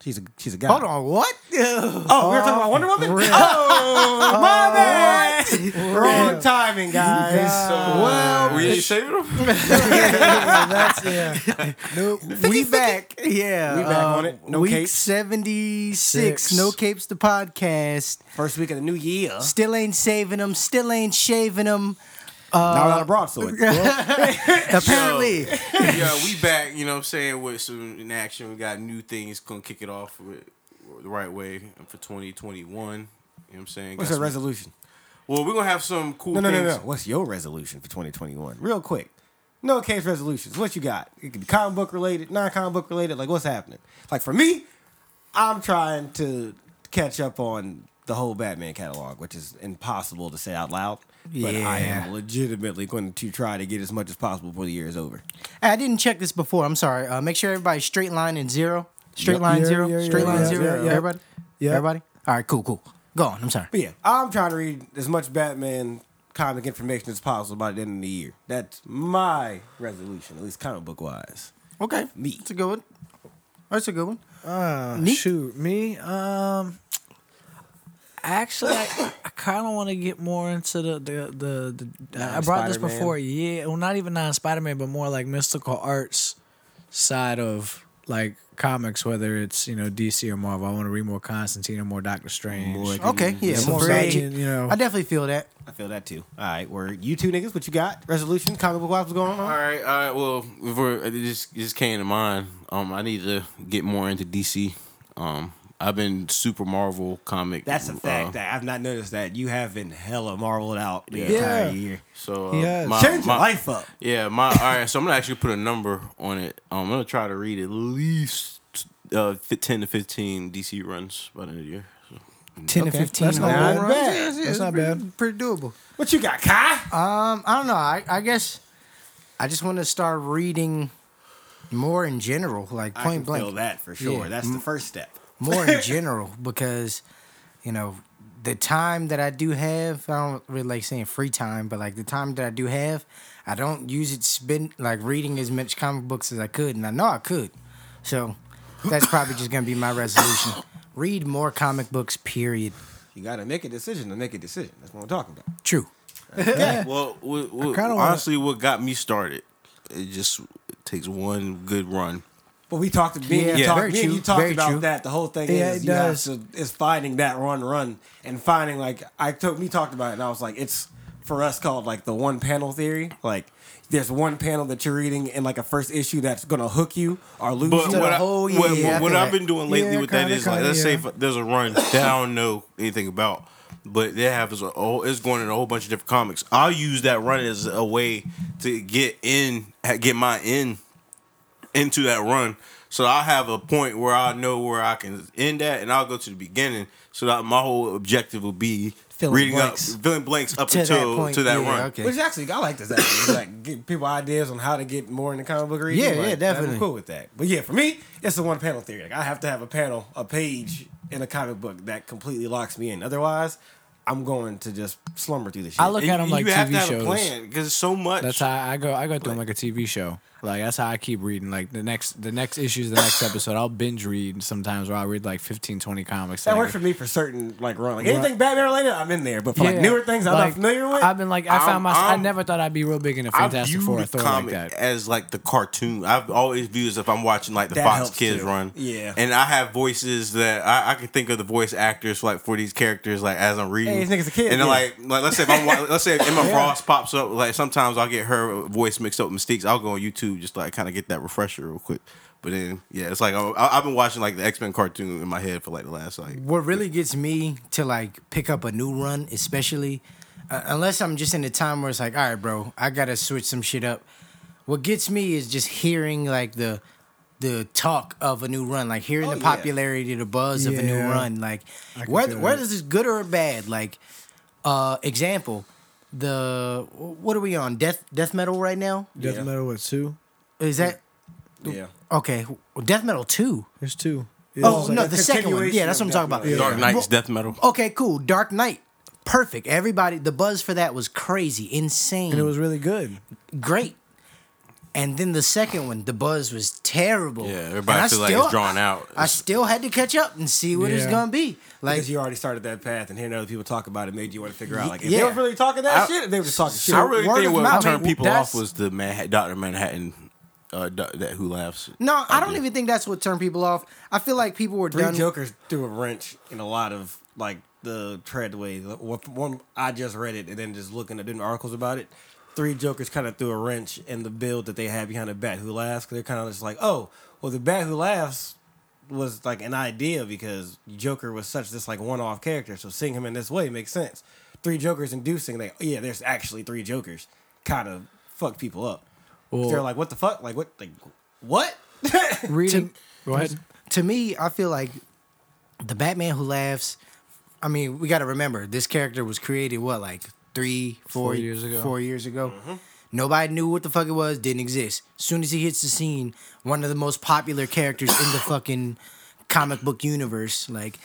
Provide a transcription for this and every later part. She's a she's a guy. Hold on, what? Oh, we were talking about Wonder Woman. Oh, my Oh, bad. Wrong timing, guys. Well, uh, we ain't saving them. that's yeah. No, we back. Yeah, We back on um, it. No week capes. seventy six. Six. No capes. The podcast First week of the new year. still ain't saving them. Still ain't shaving them. Not a lot of broadsword. Apparently, yeah, we back, you know what I'm saying, with some in action. We got new things gonna kick it off with, the right way for 2021. You know what I'm saying? What's Got your some- resolution? Well, we're gonna have some cool No, no, no, things. no. What's your resolution for 2021? Real quick. No case resolutions. What you got? It could be comic book related, non comic book related. Like, what's happening? Like, for me, I'm trying to catch up on the whole Batman catalog, which is impossible to say out loud. But I Yeah. am legitimately going to try to get as much as possible before the year is over. I didn't check this before. I'm sorry. Uh, make sure everybody's straight line and zero. Straight Yep. line Yeah, zero. yeah, yeah, straight line yeah, zero. yeah, yeah. Everybody. Yeah. Everybody. All right. Cool. Cool. Go on. I'm sorry. But yeah, I'm trying to read as much Batman comic information as possible by the end of the year. That's my resolution, at least comic book wise. Okay. Me. That's a good one. That's a good one. Uh, Neat. shoot, me. Um, actually, I, I kind of want to get more into the the the. the I brought this Non-Spider-Man. before. Yeah, well, not even non Spider Man, but more like mystical arts side of like comics, whether it's you know DC or Marvel. I want to read more Constantine or more Doctor Strange. Okay. Yeah. Some More variety, magic. you know. I definitely feel that. I feel that too. All right, word. You two niggas, what you got? Resolution, comic book wise, what's going All on? right, all right. Well, for, it just it just came to mind. Um, I need to get more into DC. Um, I've been super Marvel comic. That's a uh, fact. I've not noticed that. You have been hella marveled out the Yeah. entire Yeah. year. so uh, He has. my- Change my- your life up. Yeah, my all right. So I'm gonna actually put a number on it. Um, I'm gonna try to read at least uh, fi- ten to fifteen DC runs by the end of the year. So, Ten to Oh, Okay, fifteen. that's on not that. bad. Yes, yes, That's not pretty- bad. Pretty doable. What you got, Kai? Um, I don't know. I, I guess I just want to start reading more in general, like I can point blank. feel that for sure. Yeah. Mm. That's the first step. More in general because, you know, the time that I do have, I don't really like saying free time, but like the time that I do have, I don't use it spend like reading as much comic books as I could, and I know I could. So that's probably just gonna be my resolution. Read more comic books, period. You got to make a decision to make a decision. That's what I'm talking about. True. Well, what, what, kinda wanna- honestly, what got me started, it just it takes one good run. But we talked about Yeah, you, very talked, me and true, you talked very about true. that. The whole thing Yeah, is it you have does. to, is finding that run run and finding like I took we talked about it and I was like it's for us called like the one panel theory. Like there's one panel that you're reading in like a first issue that's gonna hook you or lose But you. what, I, whole year, what, yeah, I what, feel I've like- been doing lately Yeah, with that kinda, is like, kinda, let's say yeah. if there's a run that I don't know anything about, but that happens a whole, it's going in a whole bunch of different comics. I'll use that run as a way to get in, get my in into that run. So I'll have a point where I know where I can end at, and I'll go to the beginning. So that my whole objective will be Filling reading blanks. up, filling blanks up To that until point, to that yeah, run. okay. Which actually, I like this. Actually, It's like give people ideas on how to get more into comic book reading. Yeah, Like, yeah, I'm definitely. cool with that. But yeah, for me, it's the one panel theory. Like I have to have a panel, a page in a comic book that completely locks me in. Otherwise, I'm going to just slumber through the shit. I look And at them you- like you have TV to have shows. a plan because so much. That's how I go. I go through 'em like a TV show. Like that's how I keep reading. Like the next, the next issues, the next episode. I'll binge read sometimes, where I'll read like 15, 20 comics. That like, works for me for certain, like run. Like anything Batman related, I'm in there. But for Yeah. like newer things I'm Like, not familiar with, I've been like, I I'm- found myself. I I'm- never thought I'd be real big in a I Fantastic view Four or the Thor like comic that. as like the cartoon. I've always viewed as if I'm watching like the That Fox helps, Kids too. run. Yeah. and I have voices that I, I can think of the voice actors like for these characters like as I'm reading. Hey, these niggas a kid, And then, yeah. like, like let's say if I'm wa- let's say if Emma Frost pops up. Like sometimes I'll get her voice mixed up with Mystique's. I'll go on YouTube just like kind of get that refresher real quick. But then yeah, it's like I, I- I've been watching like the X Men cartoon in my head for like the last like. what really gets me to like pick up a new run, especially uh, unless I'm just in a time where it's like, all right, bro, I gotta switch some shit up. What gets me is just hearing like the the talk of a new run, like hearing Oh, the yeah. popularity, the buzz of a new Yeah. run, like can whether feel whether that. this is good or bad. Like uh example, the what are we on death death metal right now? Death Yeah. Metal with two. Is that yeah. okay? Death metal two. There's two. Oh no, like the a second one. Yeah, continuation that's what I'm of talking Death about. Metal. Dark Knight's death metal. Okay, cool. Dark Knight. Perfect. Everybody, the buzz for that was crazy, insane, really good. great. And then the second one, the buzz was terrible. Yeah, And everybody I feel like it's drawn out. I still had to catch up and see what it's Yeah. gonna be. Like because you already started that path, and hearing other people talk about it made you want to figure out like if Yeah. they were really talking that I- shit, if they were just talking shit. I really word think of what mouth- I turned mean, people that's- off was the Manha- Doctor Manhattan, uh, doc, that who laughs. no, I don't Idea. even think that's what turned people off. I feel like people were Three done. Jokers threw a wrench in a lot of like the treadway. One, one- I just read it and then just looking at doing articles about it. Three Jokers kind of threw a wrench in the build that they had behind the Bat Who Laughs. they they're kind of just like, oh, well, the Bat Who Laughs was like an idea because Joker was such this like one-off character. So seeing him in this way makes sense. Three Jokers inducing like, oh, yeah, there's actually three Jokers. Kind of fucked people up. 'Cause they're Well- like, what the fuck? Like what? Like what? Reading. Go ahead. to me, I feel like the Batman who laughs. I mean, we got to remember this character was created what like three, four Four years ago. Four years ago. Nobody knew what the fuck it was. Didn't exist. soon as he hits the scene, one of the most popular characters in the fucking comic book universe, like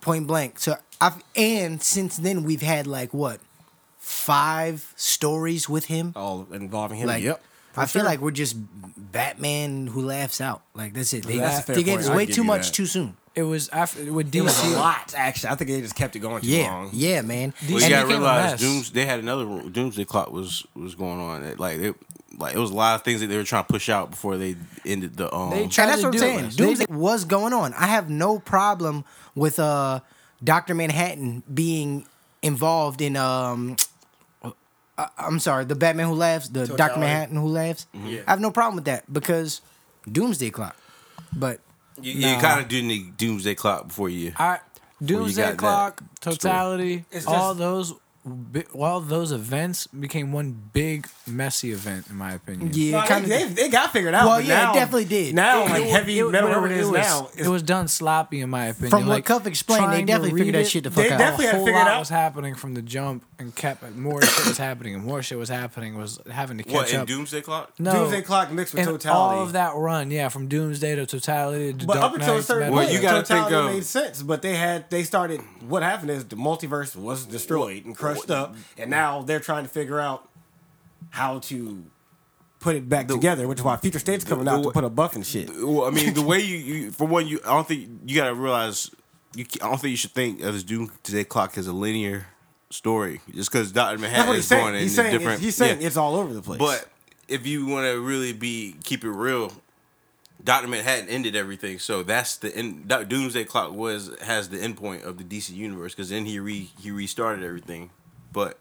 point blank. So I've and since then we've had like what five stories with him. All involving him. Like, yep. I feel like we're just Batman who laughs out. Like that's it. They, That's a fair they gave point. us I'd way give too you much that. too soon. It was after with It was a DC. lot, actually. I think they just kept it going too Yeah, long. yeah, man. Well, you And gotta became a realize mess. Dooms, they had another room- Doomsday Clock was was going on. It, like it, like it was a lot of things that they were trying to push out before they ended the um. They tried- And that's what to I'm do saying. it. Doomsday was going on. I have no problem with uh Doctor Manhattan being involved in um. I- I'm sorry, the Batman Who Laughs, the Doctor Totality. Manhattan Who Laughs. Mm-hmm. I have no problem with that because Doomsday Clock. But you you kind of do need Doomsday Clock before you. I, you got Doomsday that Clock, Totality, It's all just- those, bi- all those events became one big messy event, in my opinion. yeah, No, kind they, of. they, they got figured out. Well, but yeah, it now- definitely did. Now, It- like it- heavy it- metal, whatever it it is was- now, It was done sloppy, in my opinion. From what like, Cuff explained, they trying to definitely figured read that it, shit the fuck They out. definitely a had whole figured lot out. was happening from the jump, and kept more shit was happening, and more shit was happening. Was having to catch what in up. Doomsday Clock? no, Doomsday Clock mixed with and Totality. all of that run, yeah, from Doomsday to Totality to but Dark up until a Knight, certain Batman. Well, point, you gotta totality think of- made sense. But they had they started. What happened is the multiverse was destroyed and crushed up, and now they're trying to figure out how to put it back together, which is why Future State's coming out the- to put a buff and shit. Well, I mean, the way you, you for one, you I don't think you gotta realize you. ca- I don't think you should think of this Doomsday Clock as a linear story just because Doctor That's Manhattan what he's is going saying. in He's a saying, different. it's, he's saying yeah. it's all over the place. But if you want to really be keep it real, Doctor Manhattan ended everything, so that's the end. Doc- Doomsday Clock was has the end point of the DC universe because then he re he restarted everything, but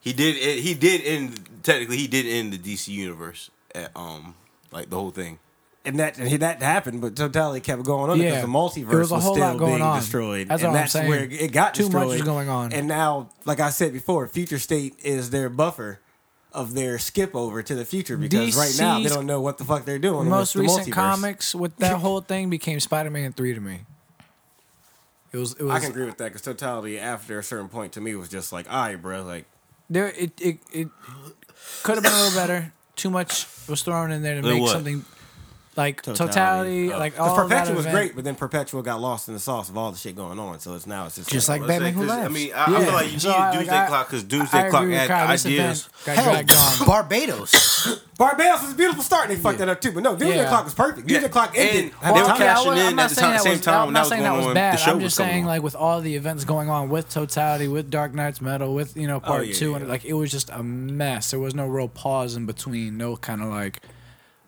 he did it, he did end technically he did end the DC universe at, um like the whole thing. and that and that happened, but totality kept going on because Yeah. the multiverse There was, was a whole still lot going being on. destroyed, That's and what I'm that's saying. where it got Too much destroyed. was going on. and now, like I said before, Future State is their buffer of their skip over to the future because right now they DC's don't know what the fuck they're doing. most with the recent multiverse. comics with that whole thing became Spider-Man three to me. It was it was I can agree with that because totality, after a certain point, to me was just like, all right, bro, like there it it, it could have been a little better. Too much was thrown in there to Like make what? something like Totality. totality, like all because of that Perpetual was event. great, but then Perpetual got lost in the sauce of all the shit going on. So it's now it's just, Just like Let's say, Batman Who 'cause, I Laughs. mean, I, I Yeah. feel like you So need I- like, Doomsday I- Clock because I Doomsday agree Clock with had Kyle. This ideas. event Got Hell, dragged on. Barbados. Barbados was a beautiful start. and They fucked that up too, but no, Doomsday Yeah. Clock was perfect. Doomsday Yeah. Clock And ended. they on were time. Okay, I cashing in wasn't- I'm at not the saying time- that same was- time I'm when not that was saying going that was on, bad. the show I'm was just coming saying, on. like, with all the events going on with Totality, with Dark Knight's Metal, with you know Part Oh, yeah, Two, and yeah. like it was just a mess. There was no real pause in between. No kind of like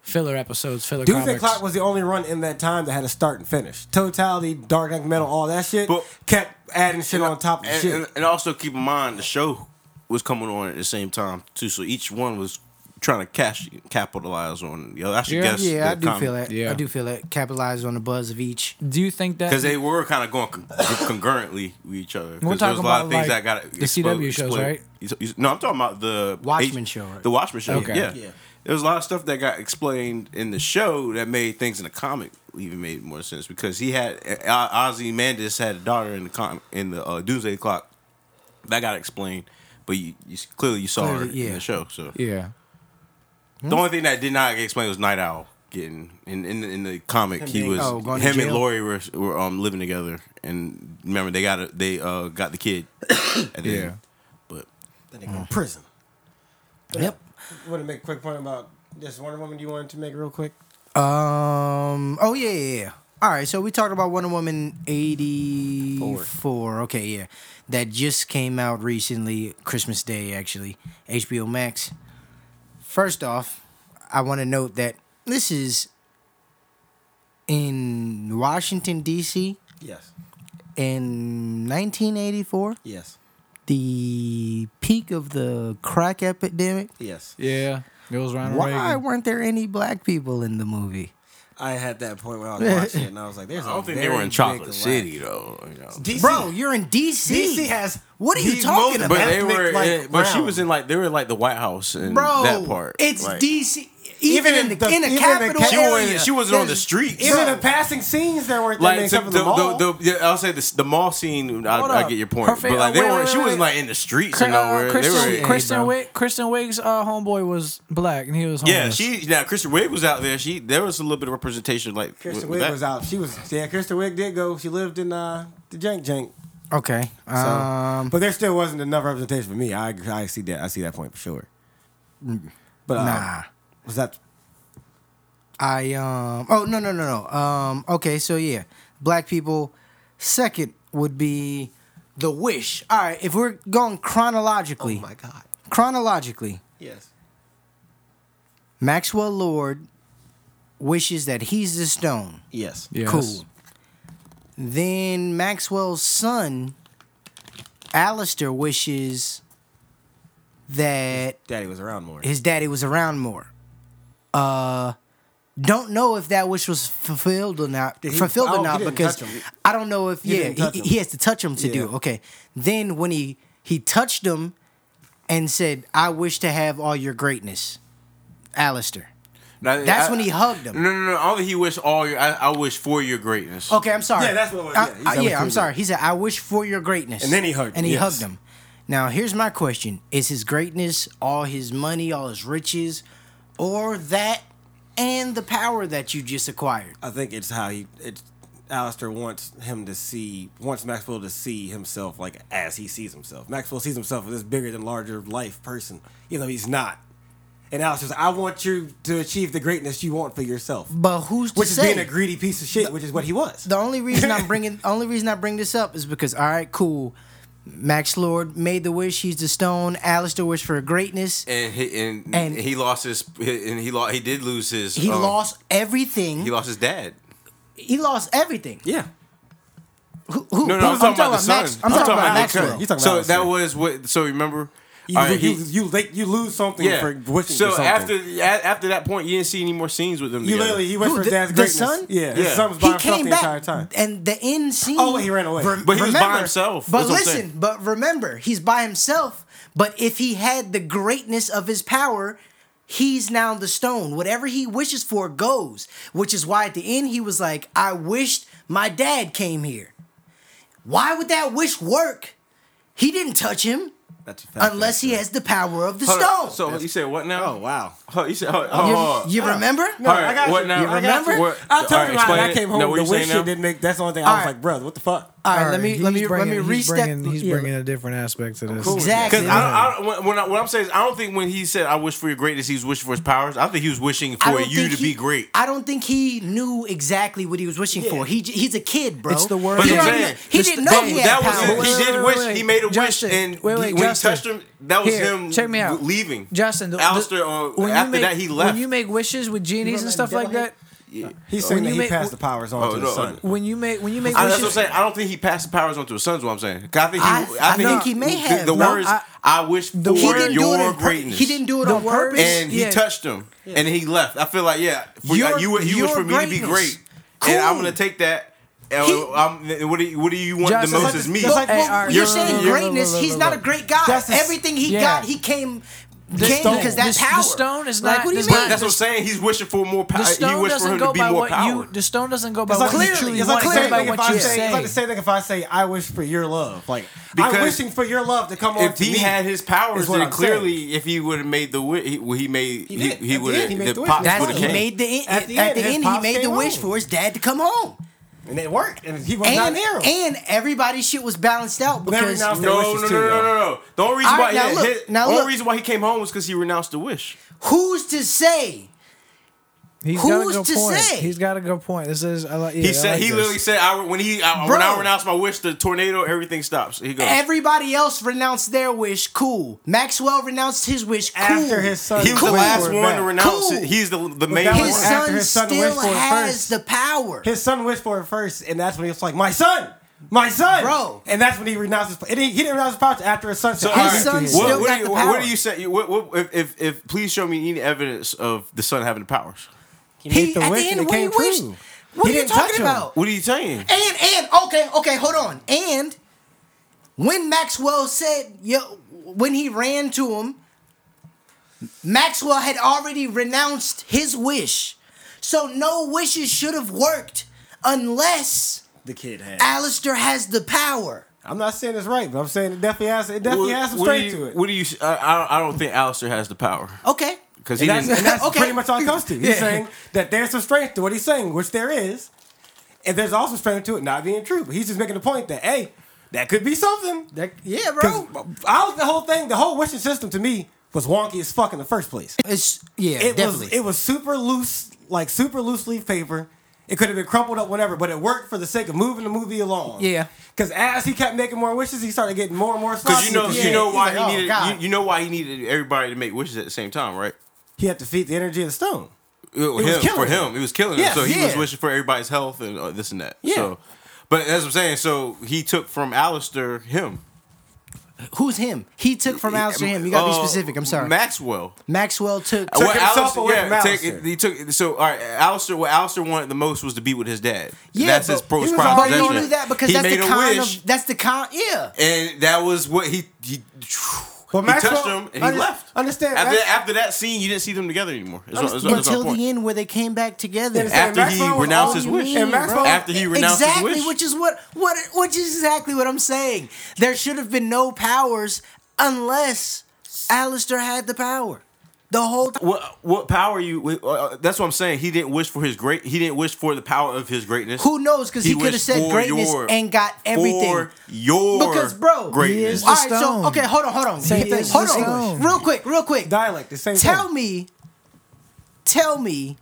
filler episodes, filler Doomsday comics. Clock was the only run in that time that had a start and finish. Totality, Dark Knight Metal, all that shit But- kept adding shit on top of and, shit. and- and also keep in mind the show was coming on at the same time too, so each one was trying to cash capitalize on. You know, I should Yeah. guess. yeah, I do feel that that. Yeah. I do feel that. Capitalize on the buzz of each. Do you think that because they were kind of going con- congruently with each other. 'Cause We're there was a talking lot of about, things like, that got the CW shows, right? No, I'm talking about the Watchmen show, right? The Watchmen show. Okay. Yeah. Yeah. there was a lot of stuff that got explained in the show that made things in the comic even made more sense because he had uh, Ozzy Mandis had a daughter in the com- in the uh, Doomsday Clock that got explained. But you, you s- clearly you saw Clearly, her in yeah. the show. So yeah. the only thing that did not get explained was Night Owl getting in in, in the comic. he being- was oh, going to him and jail? Lori were were um living together, and remember they got a, they uh got the kid. At the Yeah. end. but That nigga in prison. Yep. Want to make a quick point about Just Wonder Woman. You wanted to make real quick. Um. Oh yeah, yeah. yeah. All right. So we talked about Wonder Woman eighty four. Okay, yeah. That just came out recently, Christmas Day actually. HBO Max. First off, I want to note that this is in Washington D.C. Yes. in 1984, Yes. the peak of the crack epidemic. Yes. Yeah, it was Ronald Why Reagan. weren't there any black people in the movie? I had that point where I was watching it and I was like, "There's." I don't a think um, they very were in big Chocolate lack. City though. you know. DC, Bro, you're in D.C. DC has What are you the talking most- about? But they ethnic, were, like, in, but she round. was in like they were in, like the White House and Bro, that part. it's like, DC. Even, in the, in the even in the capital cap- She area. wasn't, she wasn't on the streets. Even the passing scenes there weren't that like many the, except the, for the mall. the, the- yeah, I'll say this, the mall scene. I, Hold I up. get your point, Her fa- but like they wait, weren't. wait, she wait, wasn't wait. like in the streets Cr- or uh, nowhere. Kristen, they were, Kristen, bro. Wiig, Kristen Wiig's uh, homeboy was black and he was yeah, homeless. she now Kristen Wiig was out there. She there was a little bit of representation. Like Kristen with Wiig that. was out. She was yeah. Kristen Wiig did go. She lived in uh, the Jank Jank. Okay. So. Um, but there still wasn't enough representation for me. I I see that. I see that point for sure. But uh, nah. was that I um oh no no no no um okay so yeah black people second would be the wish all right if we're going chronologically god? chronologically Yes. Maxwell Lord wishes that he's the stone Yes. Yes. cool then Maxwell's son Alistair wishes that Daddy was around more. his daddy was around more. Uh, don't know if that wish was fulfilled or not. Did he- fulfilled oh, or he not didn't because touch him. I don't know if He yeah didn't touch he, him. he has to touch him to do Yeah. okay. Then when he he touched him and said, "I wish to have all your greatness," Alistair. Now, I- That's when he hugged him. No, no, no. All that he wished all your. I, I wish for your greatness. Okay, I'm sorry. Yeah, that's what it was. I- Yeah, he I- said it was yeah, for I'm you. sorry. He said, "I wish for your greatness." And then he hugged him, And he yes. hugged him. Now, here's my question: Is his greatness all his money, all his riches, or that and the power that you just acquired? I think it's how he. It's Alistair wants him to see, wants Maxwell to see himself like as he sees himself. Maxwell sees himself as this bigger than larger life person, even though he's not. And Alistair's, I want you to achieve the greatness you want for yourself, But who's to which is say? being a greedy piece of shit, which is what he was. the only reason I'm bringing, only reason I bring this up is because, all right, cool. Max Lord made the wish. He's the stone. Alistair wished for greatness. And he and, And- he lost his and he lost he did lose his He Uh-huh. um, lost everything. he lost his dad. He lost everything. yeah, Who, who- No, no, I'm who- talking about the son. Max. I'm, talking, about the son. Maxwell. You're talking so about that Alistair. was what. So remember, you, All right, you, he- you, you, you lose something yeah. for wishing so for something. after a- after that point, you didn't see any more scenes with them. you together. literally, he went Who, for his the- dad's the greatness. son? Yeah, his Yeah. son was by he himself came the back, entire time. and the end scene. Oh, he ran away. But he was by himself. But That's what I'm listen, saying. but remember, he's by himself. But if he had the greatness of his power, he's now the stone. Whatever he wishes for goes. Which is why at the end he was like, "I wished my dad came here." Why would that wish work? He didn't touch him That's a fact, unless he actually. has the power of the Hold on. stone. So you said what now? Oh wow. Oh, you said oh, You- oh, you, remember? No, All right, I got what you. now? You I got remember? you. What- I told all right, you about it. explain I it. came home. No, what the you saying wish shit now? didn't make. That's the only thing I was Alright. like, bro, what the fuck? All right, let me He's let me let me bringing- he's restep. bringing, he's yeah. bringing a different aspect to this. Exactly. Because I, don't- I, don't- when, when I, what I'm saying is, I don't think when he said "I wish for your greatness," he was wishing for his powers. I think he was wishing I for don't you think to he- be great. I don't think he knew exactly what he was wishing for. He j- he's a kid, bro. It's the word But He, I'm already saying- kn- he It's- didn't but know That- he had that was power. his, he Wait, did wait, wish. wait. He made a Justin, wish, and wait, he- wait, when Justin. he touched him, that was Here, him. check me out. leaving. Justin, the- the- Alistair, uh, when you after make- that, he left. When you make wishes with genies and stuff like that, He's saying When that you he make- passed the powers on Oh, to no, his son. when you make when you make I, that's what I'm wishes, saying. I don't think he passed the powers on to his sons. What I'm saying, 'Cause I think he, I- I think, think he may the- have. the, No, words. I- I, wish for he didn't do it your on pur- greatness. He didn't do it The on word- purpose. and he Yeah. touched him, and he left. I feel like yeah, for, Your- like, you you your wish for me to be greatness. great, and I'm Cool. gonna take that. And He- I'm, what do you, what do you want Justin, the most that's is like- me. that's like- Well, Hey, all right, you're look, saying look, look, greatness. look, look, he's look, not a look. great guy. That's a- Everything he yeah. got, he came. The came stone. because that The- the power. stone is like, not- What do you does mean? not- That's what I'm saying. He's wishing for more power. the He stone wished for doesn't him to go be by more what power. you. The stone doesn't go by It's like, what the you same truly thing- it's like want. the It goes same by thing if what I you say. It's like the say. same thing if I say, "I wish for your love." Like Because I'm wishing for your love to come on. If to he me had his powers, is what then I'm clearly, saying. if he would have made the wish, he, well, he made He he, did. At he, the would end, he made the have the wish for pops his That's would mom. have he came. made the At the at end, the his end. He pops made the came wish home. for his dad to come home. and it worked, and he was not an And, arrow. and everybody's shit was balanced out But every because now and then- No, no, wishes no, no, too, no, no, no. The only reason All why right, now yeah, look, hit- now the only look. reason why he came home was because he renounced the wish. who's to say? He's got a Who's good to point. say? He's got a good point. This is I like, yeah, He I said like he this. literally said I, when he I, Bro. when I renounce my wish, the tornado, everything stops. He goes. Everybody else renounced their wish. Cool. Maxwell renounced his wish. Cool. After his son he was cool. the last Cool. one to renounce Cool. it. He's the the main that one. was his after son his son wished still for it has first. the power. His son wished for it first, and that's when he was like, "My son, my son, Bro. And that's when he renounced his. And he, he didn't renounce his power till after his son. said, So, "I all his give it to son him." still what, what got do you, the what- power. what do you say? What, what, if, if, if please show me any evidence of the son having the powers. made He the at wish the and end it when he came true. wished. What He are you didn't touch talking him. about? What are you saying? And and okay, okay, hold on. And when Maxwell said yo when he ran to him, Maxwell had already renounced his wish. So no wishes should have worked unless The kid had. Alistair has the power. Ah. I'm not saying it's right, but I'm saying it definitely has. It definitely has some what do strength you, to it. What do you? I, I don't- I don't think Alistair has the power Okay. because he and that's, didn't. and that's Okay. pretty much all it comes to. He's Yeah. saying that there's some strength to what he's saying, which there is, and there's also strength to it not being true. But he's just making the point that hey, that could be something. That, yeah, 'Cause bro. I was the whole thing. The whole wishing system to me was wonky as fuck in the first place. It's yeah, it definitely. was it was super loose, like super loose leaf paper. It could have been crumpled up, whatever, but it worked for the sake of moving the movie along. Yeah. Because as he kept making more wishes, he started getting more and more. Because you know, sloppy. Yeah. you know He's why like, oh, he needed. God. You, you know why he needed everybody to make wishes at the same time, right? he had to feed the energy of the stone. was him, killing for him. him. It was killing Yes, him. So he was yeah. wishing for everybody's health and uh, this and that. Yeah. So, but that's what I'm saying. So he took from Alistair him. Who's him? He took from Alistair him. You gotta Uh, be specific. I'm sorry. Maxwell. Maxwell took Took himself Alistair- away from take- Alistair. he took so all right. Alistair, what Alistair wanted the most was to be with his dad. Yeah, that's his but pro. he was prime already- That's But he right. possession. knew that because He that's the made a kind wish, of that's the kind yeah. and that was what he he, But he Maxwell- touched him and he under- left. understand, after, Max- after that scene, you didn't see them together anymore. That's what- that's what- that's our until point. the end where they came back together. Understand, After he Maxwell was renounced all his you wish. need, And bro. Maxwell- After he renounced his exactly, wish. which is what what which is exactly what I'm saying. There should have been no powers unless Alistair had the power. The whole time. What what power you? Uh, that's what I'm saying. He didn't wish for his great. He didn't wish for the power of his greatness. Who knows? Because he, He could have wished said for greatness your- and got everything. for your because bro, He greatness. is- all right. the So stone. okay, hold on, hold on, Same thing, hold the on, stone. real quick, real quick. Dialect, the same tell thing. me tell me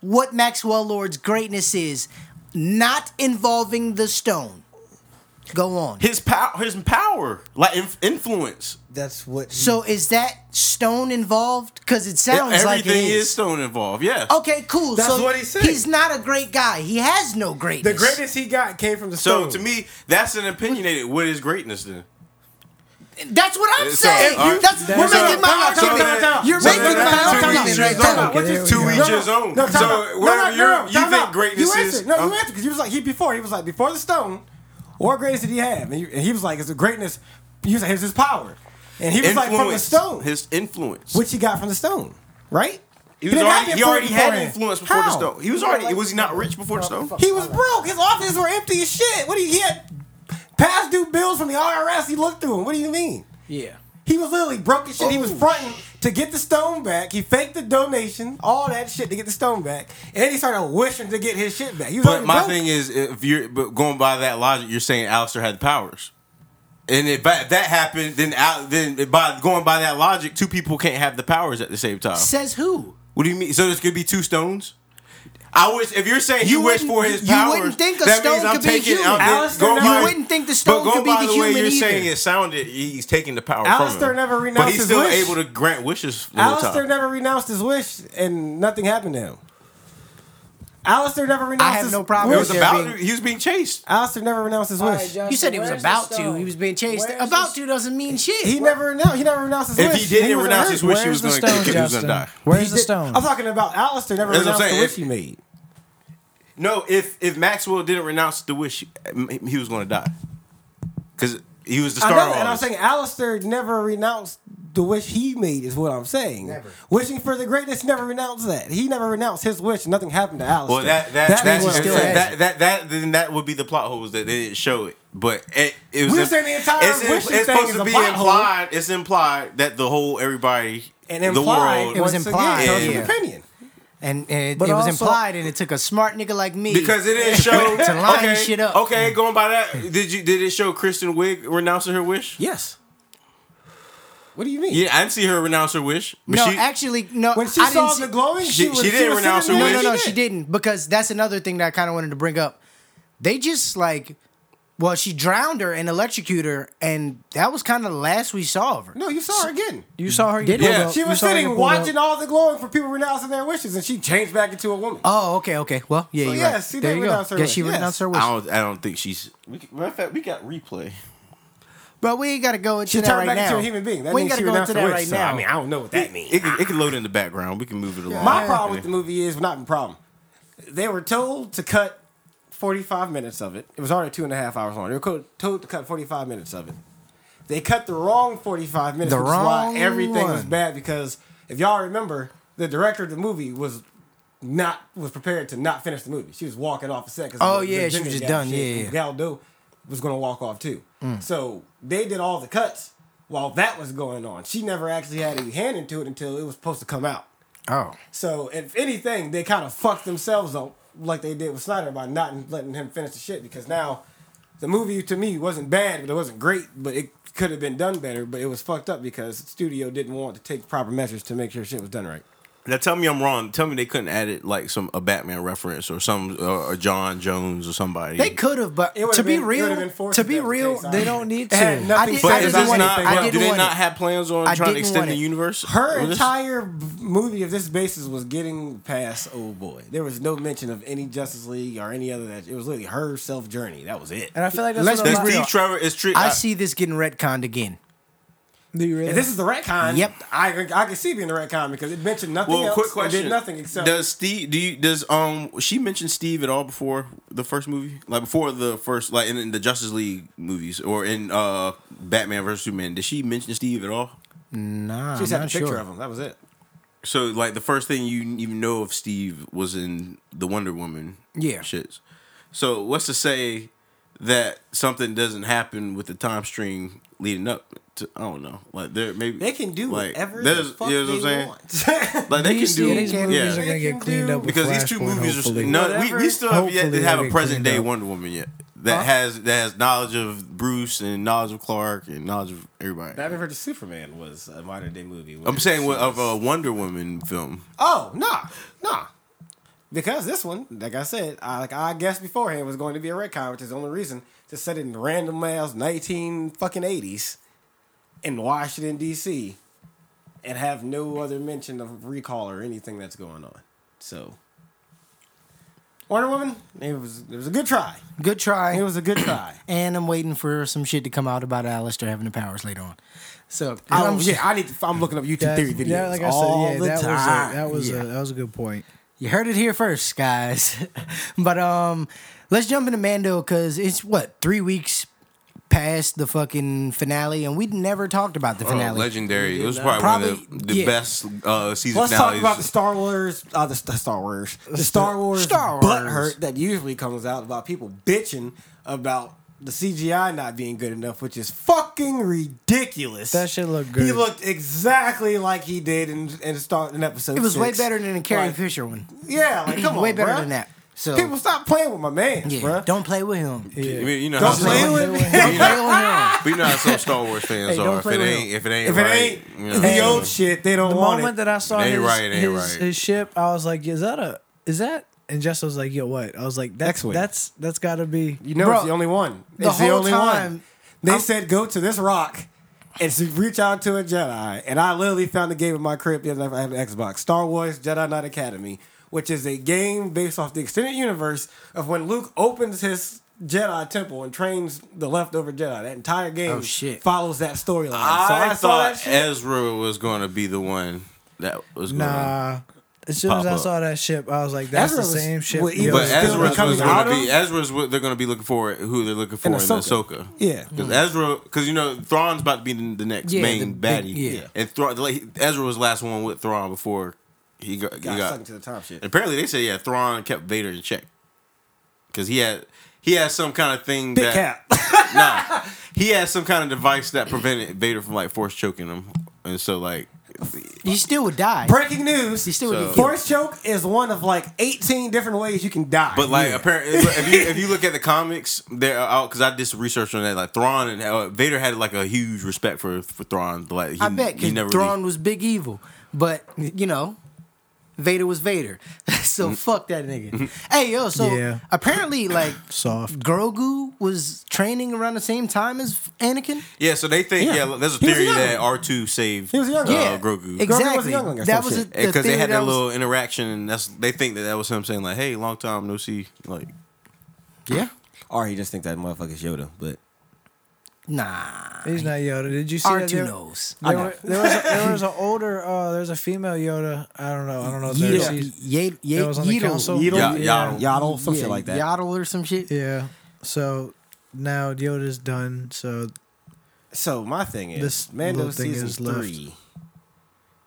what maxwell lord's greatness is not involving the stone go on his power, his power, like inf- influence. That's what. so is that stone involved because it sounds Everything like it is. is stone involved. Yeah. Oh, okay cool That's so what he said. he's not a great guy he has no greatness the greatest he got came from the So stone. to me, that's an opinionated. What is greatness then? that's what i'm So, saying all right. that's, That's- we're so- making my so- argument so- you're so- making so- my so- argument so- right so- there so- what Okay, you- there we to go. each No, no, his own. no, time so out. No, whatever no, you're, no, you time think out. greatness you is. answered. No, you uh, answered because you was like he before. He was like before the stone. What greatness did he have? And, you, and he was like, it's a greatness. He was like, here's his power. And he was like from the influence. stone, His influence. which he got from the stone, right? he, was didn't have already, he influence already had beforehand. influence before the How? stone. He was already. Was he not rich before the stone? He was broke. His offices were empty as shit. What do you? He had past due bills from the IRS. He looked through them. What do you mean? Yeah. He was literally broke as shit. He was fronting to get the stone back. He faked the donation, all that shit to get the stone back, and then he started wishing to get his shit back. He was But already my broke. thing is, if you're but going by that logic, you're saying Alistair had the powers. And if that that happened, then Al, then by going by that logic, two people can't have the powers at the same time. says who What do you mean? So there's gonna be two stones. I wish if you're saying you You he wished wouldn't- for his you powers, wouldn't think a that stone means I'm could be taking, human. I'm taking- Alistair going You by- wouldn't think the stone but going could be by the way human You're either. saying it sounded he's taking the power. Alistair from him. never but renounced he's his still wish. able to grant wishes. all the Alistair time. never renounced his wish, and nothing happened to him. Alistair never renounced. have his no problem It wish. was There about being- he was being chased. Alistair never renounced his wish. you said he was about to he was being chased about to doesn't mean shit he never renounced. He never renounced his If wish. he didn't was renounce hurt. his wish, he was Where's the going to stone, kick it. He was going to Justin? die. He Where's the did- stone? I'm talking about Alistair never That's what I'm renounced the saying. wish If- he made. No, if if Maxwell didn't renounce the wish, he was going to die because he was the I star. know, of all and I'm this. saying Alistair never renounced the wish he made, is what I'm saying. Never. Wishing for the greatness never renounced that. He never renounced his wish. Nothing happened to Alistair. Well, that that That that means that, he still that, has that, then that would be the plot holes that they didn't show it. But it, it was We're saying the entire it's, wishing it's thing supposed is to a be plot hole. implied. It's implied that the whole everybody and the implied world It was once implied. Again, comes Yeah. with opinion. and, and it, But it was also- implied, and it took a smart nigga like me Because it didn't show to line okay, shit up. Okay, going by that, did you did it show Kristen Wiig renouncing her wish? Yes. What do you mean? Yeah, I didn't see her renounce her wish. But No, she, actually, no. When she I saw didn't the see- glowing, she- she, was, she didn't was renounce sitting her there, No, wish. she no, no, she didn't because that's another thing that I kind of wanted to bring up. They just like, well, she drowned her and electrocuted her, and that was kind of the last we saw of her. No, you saw her again. You saw her. Did you it? pulled up- She you was saw her sitting pulled watching up. all the glowing for people renouncing their wishes, and she changed back into a woman. Oh, okay, okay. Well, yeah, So, you're yes, right. she there did you go. renounce her Guess wish. she Yes. renounced her I wish. don't. I don't think she's. We, matter of fact, we got replay. But we ain't gotta go into She that turned right back now. into a human being. That we means ain't gotta she go renounced into that her wish, right so, now. I mean, I don't know what that means. It, can- it can load in the background. We can move it along. My problem with the movie is, well, not my problem. They were told to cut 45 minutes of it. It was already two and a half hours long. They were co- told to cut 45 minutes of it. They cut the wrong 45 minutes, The which is wrong why everything was one. bad. Because if y'all remember, the director of the movie was not was prepared to not finish the movie. She was walking off a set. 'cause Oh, the- the yeah, she Virginia was just guy done. shit, Yeah, Mm. yeah. Gal Do was going to walk off too. So they did all the cuts while that was going on. She never actually had a hand into it until it was supposed to come out. Oh, So if anything, they kind of fucked themselves up like they did with Snyder by not letting him finish the shit because now the movie to me wasn't bad, but it wasn't great, but it could have been done better, but it was fucked up because the studio didn't want to take proper measures to make sure shit was done right. Now tell me I'm wrong. Tell me they couldn't add it like some a Batman reference or some uh, a John Jones or somebody. they could have, but It would've to be been- it real, would've been forced to if be that was the real, case, I they mean. don't need It had to. nothing I did, to I But do is didn't with this want anything not? it. I about- didn't do they want not it. have plans on I trying to didn't extend want the it. universe? Her With this? entire movie of this basis was getting past Oh Boy. There was no mention of any Justice League or any other that. It was literally her self journey. That was it. And I feel like that's Let's what be That a lot- real. Steve Trevor is tri- I uh, I- see this getting retconned again. Do you really? If this is the retcon, Yep. I I can see being the retcon because it mentioned nothing Well, else. quick It question. did nothing except does Steve? Do you does um she mention Steve at all before the first movie? Like before the first like in, in the Justice League movies or in uh Batman versus Superman? Did she mention Steve at all? Nah, she just had I'm a not picture sure. of him. That was it. So like the first thing you even know of Steve was in the Wonder Woman Yeah. shits. So what's to say that something doesn't happen with the time stream leading up to I don't know. Like there maybe They can do like, whatever the there's- fuck you know what I'm they saying? want. Like they can These- do these movies yeah. are gonna get cleaned up with because these two Flashpoint, movies hopefully. are no, we, we still have yet to Hopefully have they a get present day cleaned up. Wonder Woman yet that has that has knowledge of Bruce and knowledge of Clark and knowledge of everybody. Batman vs Superman was a modern day movie. I'm saying what, of a Wonder Woman film. oh nah nah. Because this one, like I said, I, like I guessed beforehand was going to be a retcon, which is the only reason to set it in random ass nineteen fucking eighties in Washington D.C. and have no other mention of recall or anything that's going on. So, Wonder Woman, it was it was a good try. Good try. It was a good try. and I'm waiting for some shit to come out about Alistair having the powers later on. So I I'm- don't, Oh, yeah, I need. To, I'm looking up YouTube That's- theory videos yeah, like I said, all yeah, the that time. Was a, that was Yeah. a that was a good point. you heard it here first, guys. but um, let's jump into Mando because it's what three weeks past the fucking finale, and we never talked about Oh, the finale. legendary. It was probably, one Probably, of the, the yeah. best uh, season Let's talk finales. about the Star Wars, uh, the, the Star Wars, the Star Wars, Star butt Wars. hurt that usually comes out about people bitching about the CGI not being good enough, which is fucking ridiculous. That shit looked He good. looked exactly like he did in in, start, in episode. it was way six. better than the Carrie Like, Fisher one. Yeah, like come on, way better bruh. than that. So People stop playing with my man, yeah, bruh. don't play with him. I mean, you know, Don't how some- play with me. Don't play with him. but you know how some Star Wars fans Hey, don't are. If play it with ain't, him. if it ain't, If it right, ain't you know, the old shit, they don't The want moment it. that I saw It ain't his, right, it ain't his, right. his ship, I was like, "Is that a? Is that?" And Jess was like, "Yo, what?" I was like, "That's X-Wing. that's that's got to be." You know, Bro, it's the only one. the It's the, whole only one. time, They I'm- said go to this rock and s- reach out to a Jedi, and I literally found the game in my crib. The other night I have an Xbox, Star Wars Jedi Knight Academy, which is a game based off the extended universe of when Luke opens his Jedi temple and trains the leftover Jedi. That entire game Oh, shit. follows that storyline. So I, I saw that thought shit. Ezra was going to be the one that was going. to Nah. Uh, As soon as Pop I up. saw that ship, I was like, "That's Ezra the was- same ship." well, yo. either- But Still Ezra's was coming out going to of- be Ezra's what they're going to be looking for. Who they're looking for in Ahsoka. Ahsoka. Yeah. because Ezra, because you know Thrawn's about to be the, the next Yeah, main the baddie. big- yeah. and Thrawn, like, Ezra was the last one with Thrawn before he got. He Got got- sucked to the top shit. Apparently, they say yeah, Thrawn kept Vader in check because he had he had some kind of thing Big that cap. nah, he had some kind of device that prevented Vader from like force choking him, and so like You still would die. Breaking news. You still would So- get killed. Force choke is one of like 18 different ways you can die. But like apparently, if you if you look at the comics, they're out because I did some research on that. Like Thrawn and uh, Vader had like a huge respect for for Thrawn. Like he, I bet he because never Thrawn really- was big evil, but you know, Vader was Vader. so Mm. fuck that nigga. hey yo, so Yeah. apparently like Soft. Grogu was training around the same time as Anakin. yeah. So they think Yeah. yeah. there's a He was theory young. that R two saved He was young. uh, Yeah. Grogu. was a Exactly. youngling or some that was shit. the, the because Eh, they theory had that, was- little interaction, and that's they think that that was him saying like, "Hey, long time no see." Like, Yeah. or he just think that motherfucker's Yoda. But Nah. He's not Yoda. Did you see that? R2 there- knows. I There, know. were- there was a, there was an older uh, there's a female Yoda. I don't know. I don't know. If there's Yeedle. seas- Ye- ye- that was on the Yeedle. council? Yeedle? Yeah, yeah, Yaddle. Yaddle, some Yeah, shit like that. Yaddle or some shit. yeah. So now Yoda's done. So So my thing is This Mando little thing season is left. three.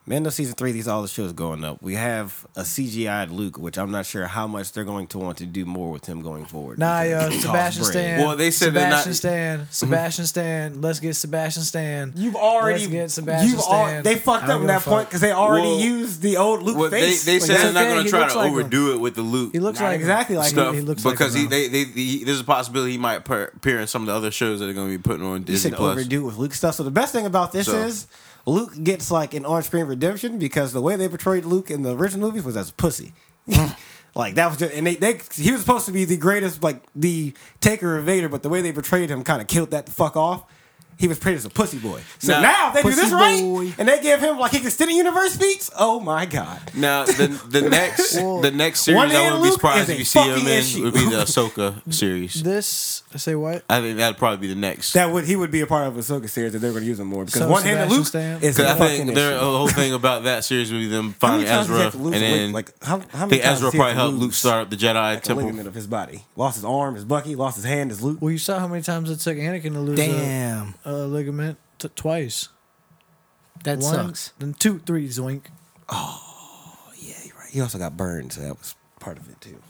Mando season three, these all the shows going up. We have a CGI Luke, which I'm not sure how much they're going to want to do more with him going forward. nah, because yo, he costs uh, Sebastian bread. Stan. Well, they said they're Sebastian not- Stan. Sebastian Stan. Let's get Sebastian Stan. Mhm. You've already Let's get Sebastian you've al- Stan. they fucked I up don't at give a that fuck. point because they already Well- used the old Luke well, they face. they said it's they're not okay, going he to try looks to like him. overdo it with the Luke. He looks Not like him. exactly like him. stuff He looks like because him he, now. they, they, he, there's a possibility he might per- appear in some of the other shows that are going to be putting on you Disney said Plus. overdo with Luke stuff. So the best thing about this So- is Luke gets like an on-screen redemption because the way they portrayed Luke in the original movies was as a pussy. Mm. like that was just, and they, they he was supposed to be the greatest like the taker of Vader, but the way they portrayed him kind of killed that the fuck off. He was portrayed as a pussy boy. So Now- now if they do Pussy this right, boy. and they give him like his extended universe speech. Oh my god! Now the the next the next One series I hand wouldn't Luke be is surprised a if you see him fucking in issue. would be the Ahsoka series. This say what? I think that'd probably be the next. That would he would be a part of a Ahsoka series that they're going to use him more because So one handed Sebastian Luke Stan? is 'Cause a I fucking think issue. there, the whole thing about that series would be them How many finding times does he Ezra, have to and lose Luke? then like how, how I many times think Ezra does he have probably to helped Luke lose? start up the Jedi the Temple. ligament of his body. Lost his arm, his Bucky. Lost his hand, his Luke. Well, you saw how many times it took Anakin to lose Damn. a, a ligament t- twice. That One, sucks. Then two, three, zoink. Yeah, you're right. He also got burned, so that was part of it too.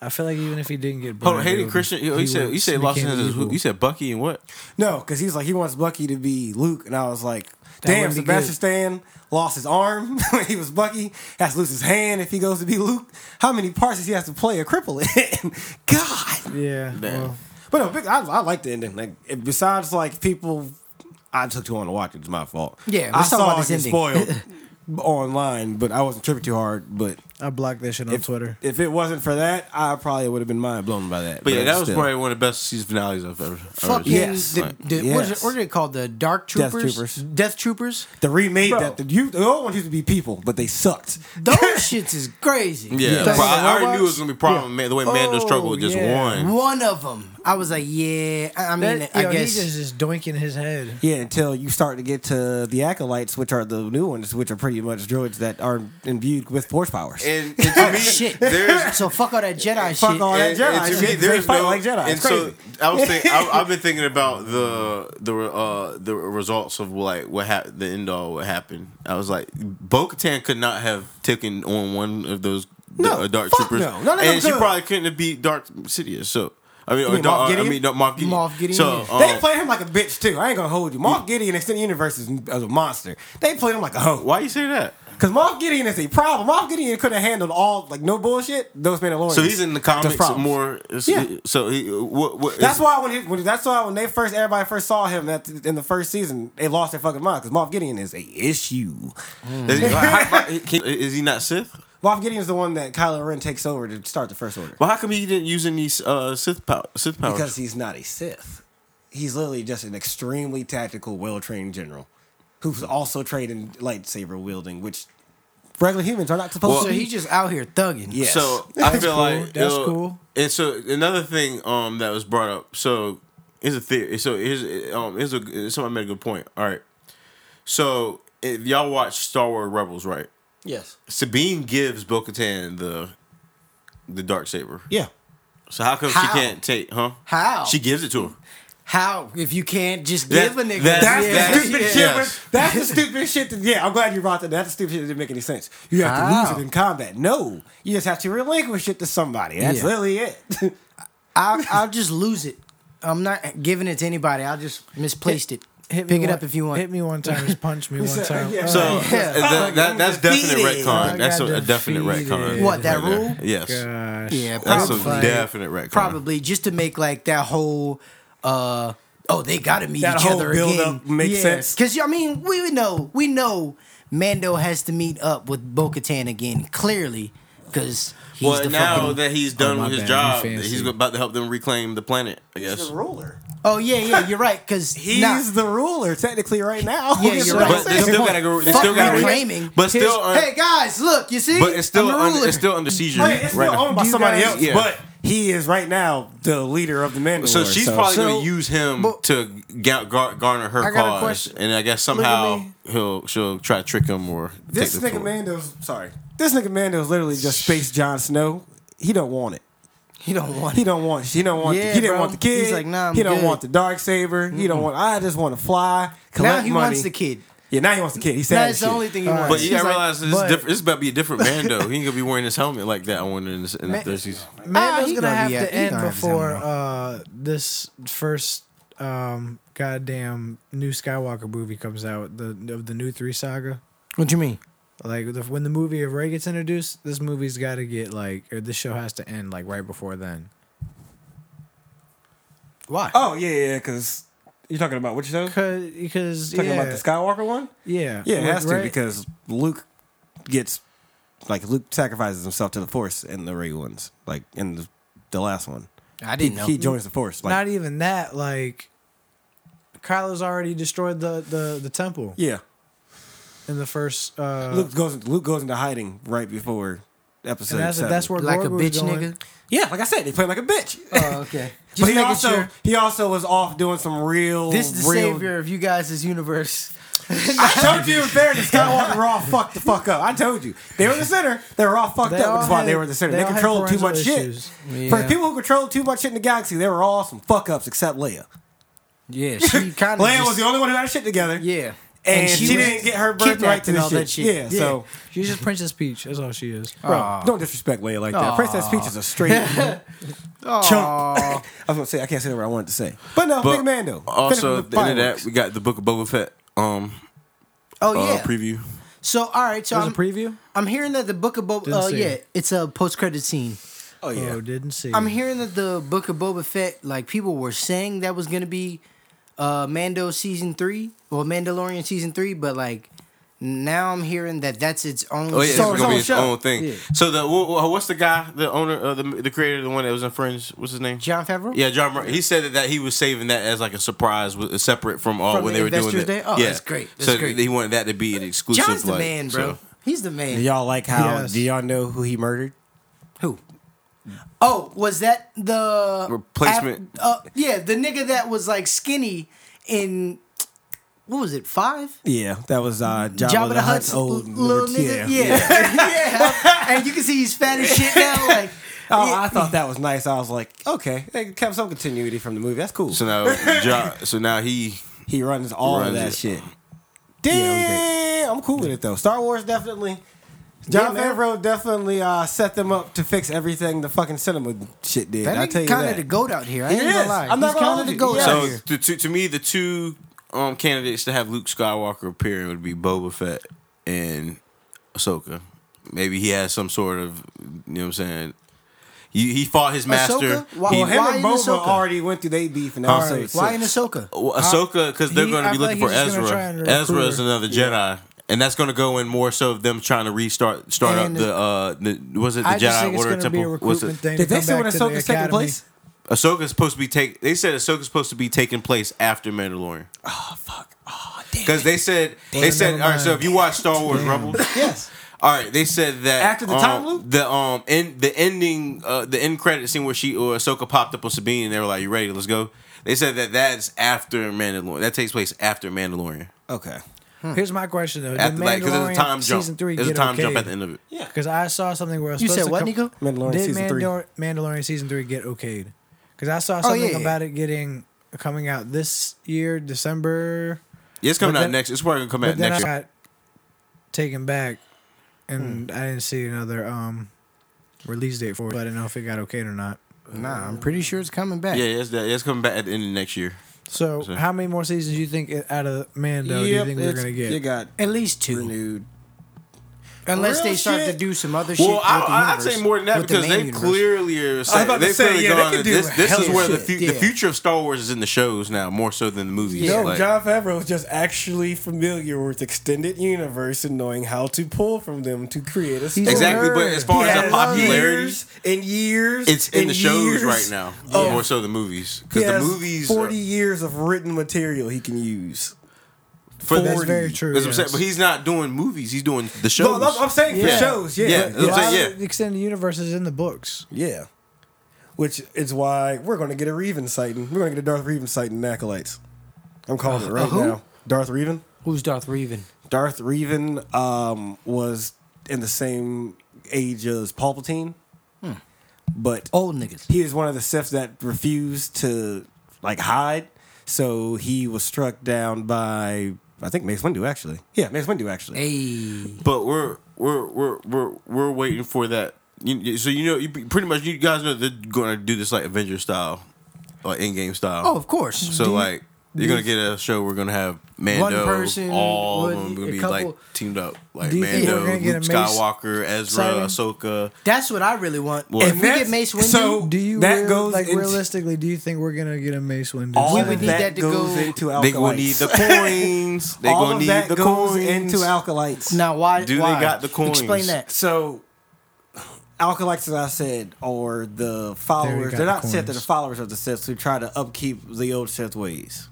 I feel like even if he didn't get, Hold on, burned, it Hayden would- Oh, Christian. You you said would you said Los became Angeles. evil. You said Bucky and what? No, because he's like he wants Bucky to be Luke, and I was like, That damn, wouldn't be Sebastian good. Stan lost his arm when he was Bucky. Has to lose his hand if he goes to be Luke. How many parts does he have to play a cripple in? God. Yeah. Damn. well, But no, big, I, I like the ending. Like it- besides, like people, I took too long to watch. it. It's my fault. Yeah, I let's talk saw about it this get ending. spoiled online, but I wasn't tripping too hard. But I blocked that shit on if, Twitter. If it wasn't for that, I probably would have been mind blown by that. But yeah, that was still. probably one of the best season finales I've ever. Fucking Yes. the, the, what, is Yes. it, what are they called? The Dark Death Troopers? Troopers. Death Troopers? the remade Bro. that the, you, the old ones used to be people, but they sucked. Those shits is crazy. Yeah, Yeah. Pro- I already Robots? knew it was gonna be a problem. Man, the way Mando Oh, struggled with just yeah. one. One of them. I was like, yeah. I I mean, That- I yo, guess. he just is doinking his head. Yeah, until you start to get to the acolytes, which are the new ones, which are pretty much droids that are imbued with force powers. And, and to me, shit. there's so fuck all that Jedi Fuck shit. all that and, Jedi and to shit. me, they there's fight no like Jedi. And It's so crazy. I was thinking, I, I've been thinking about the the uh the results of like what happened, the end all what happened. I was like, Bo-Katan could not have taken on one of those No, uh, dark fuck troopers, no. None of them and she could. probably couldn't have beat Dark Sidious. So. I mean, or mean Dark, Moff I Gideon? mean, no, Moff Gideon. Moff Gideon, So, yeah. um, they played him like a bitch too. I ain't gonna hold you. Moff Gideon in Extended Universe is is a monster. They played him like a hoe. why you say that? Because Moff Gideon is a problem. Moff Gideon could have handled all like no bullshit. Those Mandalorians. So he's in the comics problems. more. Yeah. So he, what, what, That's why when, he, when that's why when they first everybody first saw him that in the first season they lost their fucking mind because Moff Gideon is a issue. is he, how- can- is he not Sith? Moff Gideon is the one that Kylo Ren takes over to start the First Order Well, how come he didn't use any uh, Sith power? Sith powers? because he's not a Sith. He's literally just an extremely tactical, well trained general who's also trained in lightsaber wielding, which regular humans are not supposed Well- to. so be. he just out here thugging. Yeah. Yes. So I feel cool. like That's uh, cool. And so another thing um that was brought up. So is a theory. So here's um here's a somebody made a good point. All right. So if y'all watch Star Wars Rebels, right? yes, Sabine gives Bo-Katan the the dark saber. yeah. So how come she How? can't take? Huh? How? She gives it to her. How? If you can't just That- give a nigga. that- That's Yeah. the stupid Yeah. shit. Yes. with- That's the stupid shit. That, yeah, I'm glad you brought that. That's the stupid shit that didn't make any sense. You have to Wow. lose it in combat. No, you just have to relinquish it to somebody. That's Yeah. literally it. I'll, I'll just lose it. I'm not giving it to anybody. I just misplaced it. hit Pick me it one- up if you want. Hit me one time, just punch me one said- time. yeah. Uh, So Yeah. th- that, that, that's definite Defeated. retcon. I That's got a, a definite defeated. retcon. What, that there. rule? Yes. gosh. Yeah, That's probably. a definite retcon. probably just to make like that whole uh oh they gotta meet That each whole other build again up makes sense. because i mean we would know we know mando has to meet up with bo-katan again clearly because he's Well, the now fucking, that he's done Oh, my with his bad. job, You fancy. he's about to help them reclaim the planet. I He's guess. the ruler. oh yeah yeah you're right because He's the ruler technically right now. Yeah, you're right. But they Good still point. gotta go. They Fuck still gotta. reclaiming. But still, un- hey guys look you see but it's still I'm the under, ruler. it's still under seizure Wait, it's right still now. owned by Do you somebody guys- else, Yeah. but he is right now the leader of the Mandalore. So she's probably So- gonna use him but- to ga- gar- garner her I got a cause, question. and I guess at somehow me. he'll she'll try to trick him or this take the nigga forward. Mando's sorry. This nigga Mando's literally just space Jon Snow. He don't want it. he don't want He it don't want. He don't want. the, Yeah, he didn't bro. want the kid. He's like, nah, I'm he don't good. want the dark saber. He don't want. I just want to fly. Collect now he money. wants the kid Yeah, now he wants the kid. He said that's the only thing he wants But He's you gotta like, realize this, but- is different, this is about to be a different Mando. he ain't gonna be wearing his helmet like that. I wonder in, this, in the Ma- third season. Mando's Ah, he gonna gonna have be at- to he end gonna have his own before role. uh, this first um, goddamn new Skywalker movie comes out. The of the new three saga. what you mean Like the, when the movie of Ray gets introduced, this movie's got to get like, or this show has to end like right before then. why Oh yeah, yeah. Because you're talking about which show? Cause, because Talking yeah, about the Skywalker one. yeah, Yeah, it Like, has to right- because Luke gets like Luke sacrifices himself to the Force in the Ray ones, like in the, the last one. i didn't know e- He joins the Force. Like, not even that. Like Kylo's already destroyed the the the temple yeah, in the first. Uh, Luke goes. Luke goes into hiding right before episode. and that's seven. that's where like a Gorg was bitch going. nigga Yeah, like I said, they play like a bitch. oh okay but Just he making also sure. he also was off doing some real. this is the real, savior of you guys' universe I told you in fairness, Skywalker were all fucked the fuck up. I told you they were the center. They were all fucked They up. all That's why they had- were the center. they They, all had controlled too parental much issues. shit. Yeah. For the people who controlled too much shit in the galaxy, they were all some fuck ups except Leia. Yeah, she kind of. Leia was the only one who had her shit together. Yeah, And she didn't get her birthright kidnapped to and this all that shit. shit. Yeah, so- She's just Princess Peach. That's all she is. Bro, Aw. don't disrespect Leia like that. Princess Peach is a straight chunk. I Aw. was gonna say I can't say what I wanted to say, but no, But Big Mando. also Finish at the end of fireworks. that, we got the book of Boba Fett um oh uh, yeah. preview. so all right, so There's a I'm, preview. I'm hearing that the book of Boba. Didn't Oh see yeah, it. it's a post credit scene. oh yeah, Oh, didn't see. I'm hearing that the book of Boba Fett, like people were saying that was gonna be, uh, Mando season three or Mandalorian season three, but like now I'm hearing that that's its own. Oh yeah, So it's his gonna be own its show. own thing. Yeah. So the wh- wh- what's the guy, the owner, uh, the the creator, the one that was in Fringe? What's his name? John Favreau. Yeah, John. Murray. He said that, that he was saving that as like a surprise, with, separate from all From when the they were doing Investors it. Day? Oh, yeah. that's great. so That's great. he wanted that to be an exclusive. John's the like, man, bro. so- He's the Do man. y'all like how? Yes. Do y'all know who he murdered? Who? Oh, was that the Replacement. uh, yeah, the nigga that was like skinny in what was it five? Yeah, that was uh, Jabba, Jabba the, Hutt's old little number- nigga. Yeah, yeah. and you can see he's fat as shit now. Like, Oh, yeah. I thought that was nice. I was like, okay, they kept some continuity from the movie. That's cool. So now, John, so now he. he runs all Runs of that it. shit. Yeah, Damn, I'm cool with it though. Star Wars definitely. John Yeah, man. Favreau definitely uh, set them up to fix everything the fucking cinema shit did. I that tell nigga you kind that. of the goat out here. I He ain't gonna is. lie. I'm not he's gonna kind hold of the you. goat Yeah. out So here. to, to to me, the two um, candidates to have Luke Skywalker appearing would be Boba Fett and Ahsoka. Maybe he has some sort of, you know, what I'm saying. He, he fought his master. Why- He- well, him and Why in Boba Ahsoka? already went through they beef and Huh? all right. So- Why in Ahsoka? Well, Ahsoka, because they're he- going to I be feel looking like for he's just gonna try Ezra. and Ezra recruit is her. another Jedi, and that's going to go in more so of them trying to restart, start And- up the uh, the was it the I just Jedi think it's Order going to be a Temple? Was recruitment it? thing. Did to they come say when back to the Ahsoka's taking academy. place? Ahsoka's supposed to be take. They said Ahsoka's supposed to be taking place after Mandalorian. Oh fuck! Oh damn! Because they said they Damn, said all never right. So mind. if you watch Star Wars Rebels, Yes. all right, they said that After the um, time loop? the um in the ending uh the end credit scene where she or Ahsoka popped up on Sabine and they were like, "You ready? Let's go." They said that that's after Mandalorian. That takes place after Mandalorian. Okay. Here's my question though. At Did the, like, because Mandalorian there's a time jump. season three there's a get time okay? jump at the end of it. Yeah. Because I saw something where it was You supposed said to what, Nico? come- Mandalorian Did season three. Mandalor- Mandalorian season three get okayed? Because I saw something Oh, yeah, yeah. about it getting coming out this year, December. Yeah, it's coming But out then- next. It's probably gonna come out But then I next year. got taken back, and Hmm. I didn't see another um release date for it. But I don't know if it got okayed or not. Nah, I'm pretty sure it's coming back. Yeah, yeah, it's, yeah, it's coming back at the end of next year. So, So- how many more seasons do you think out of Mando do you Yep, think we're it's- gonna get? It got At least two. renewed. Unless Real they start shit. to do some other shit. Well, with the I, I'd universe, say more than that with the because main they universe. clearly are. Saying, about to they say, clearly yeah, they gone can to- do this. a This hell is of where the, fu- shit. the Yeah. future of Star Wars is in the shows now, more so than the movies. No, Like, John Favreau was just actually familiar with extended universe and knowing how to pull from them to create a story. exactly. But as far as Yeah, the it's popularity, years and years. it's in and the shows years. right now, more so than movies. He Because the has movies, are- forty years of written material he can use. for That's very true, That's what I'm saying. yes. But he's not doing movies. He's doing the No, shows. I'm, I'm saying for Yeah. shows. Yeah, Yeah, but- that's what I'm Yeah, saying, all the extended universe is in the books. Yeah, which is why we're going to get a Reven sighting. We're going to get a Darth Reven sighting in acolytes. I'm calling Uh, it right who? now. Darth Reven. Who's Darth Revan? Darth Revan um, was in the same age as Palpatine, Hmm. but Old niggas. he is one of the Siths that refused to like hide. So he was struck down by I think Mace Windu actually. Yeah, Mace Windu actually. Hey. But we're we're we're we're we're waiting for that. You- You, so you know, you pretty much you guys know they're going to do this like Avengers style, like in game style. Oh, of course. So like you're gonna get a show. We're gonna have Mando, One person, all one- of them gonna a be like couple- teamed up, like Do you think Mando, we're gonna get Luke a Mace Skywalker, Ezra, sighting? Ahsoka. That's what I really want. Well, if if we get that's- Mace Windu, so- Do you That real- goes like into- realistically? Do you think we're gonna get a Mace Windu? All We of would need that to goes go- into They acolytes. gonna need the coins. They All gonna of need that the goes coins. into acolytes. now why? Do they why? got the coins? Explain that. So, alkalites, as I said, are the followers. got They're the not Sith. They're the coins. followers of the Sith who try to upkeep the old Sith ways.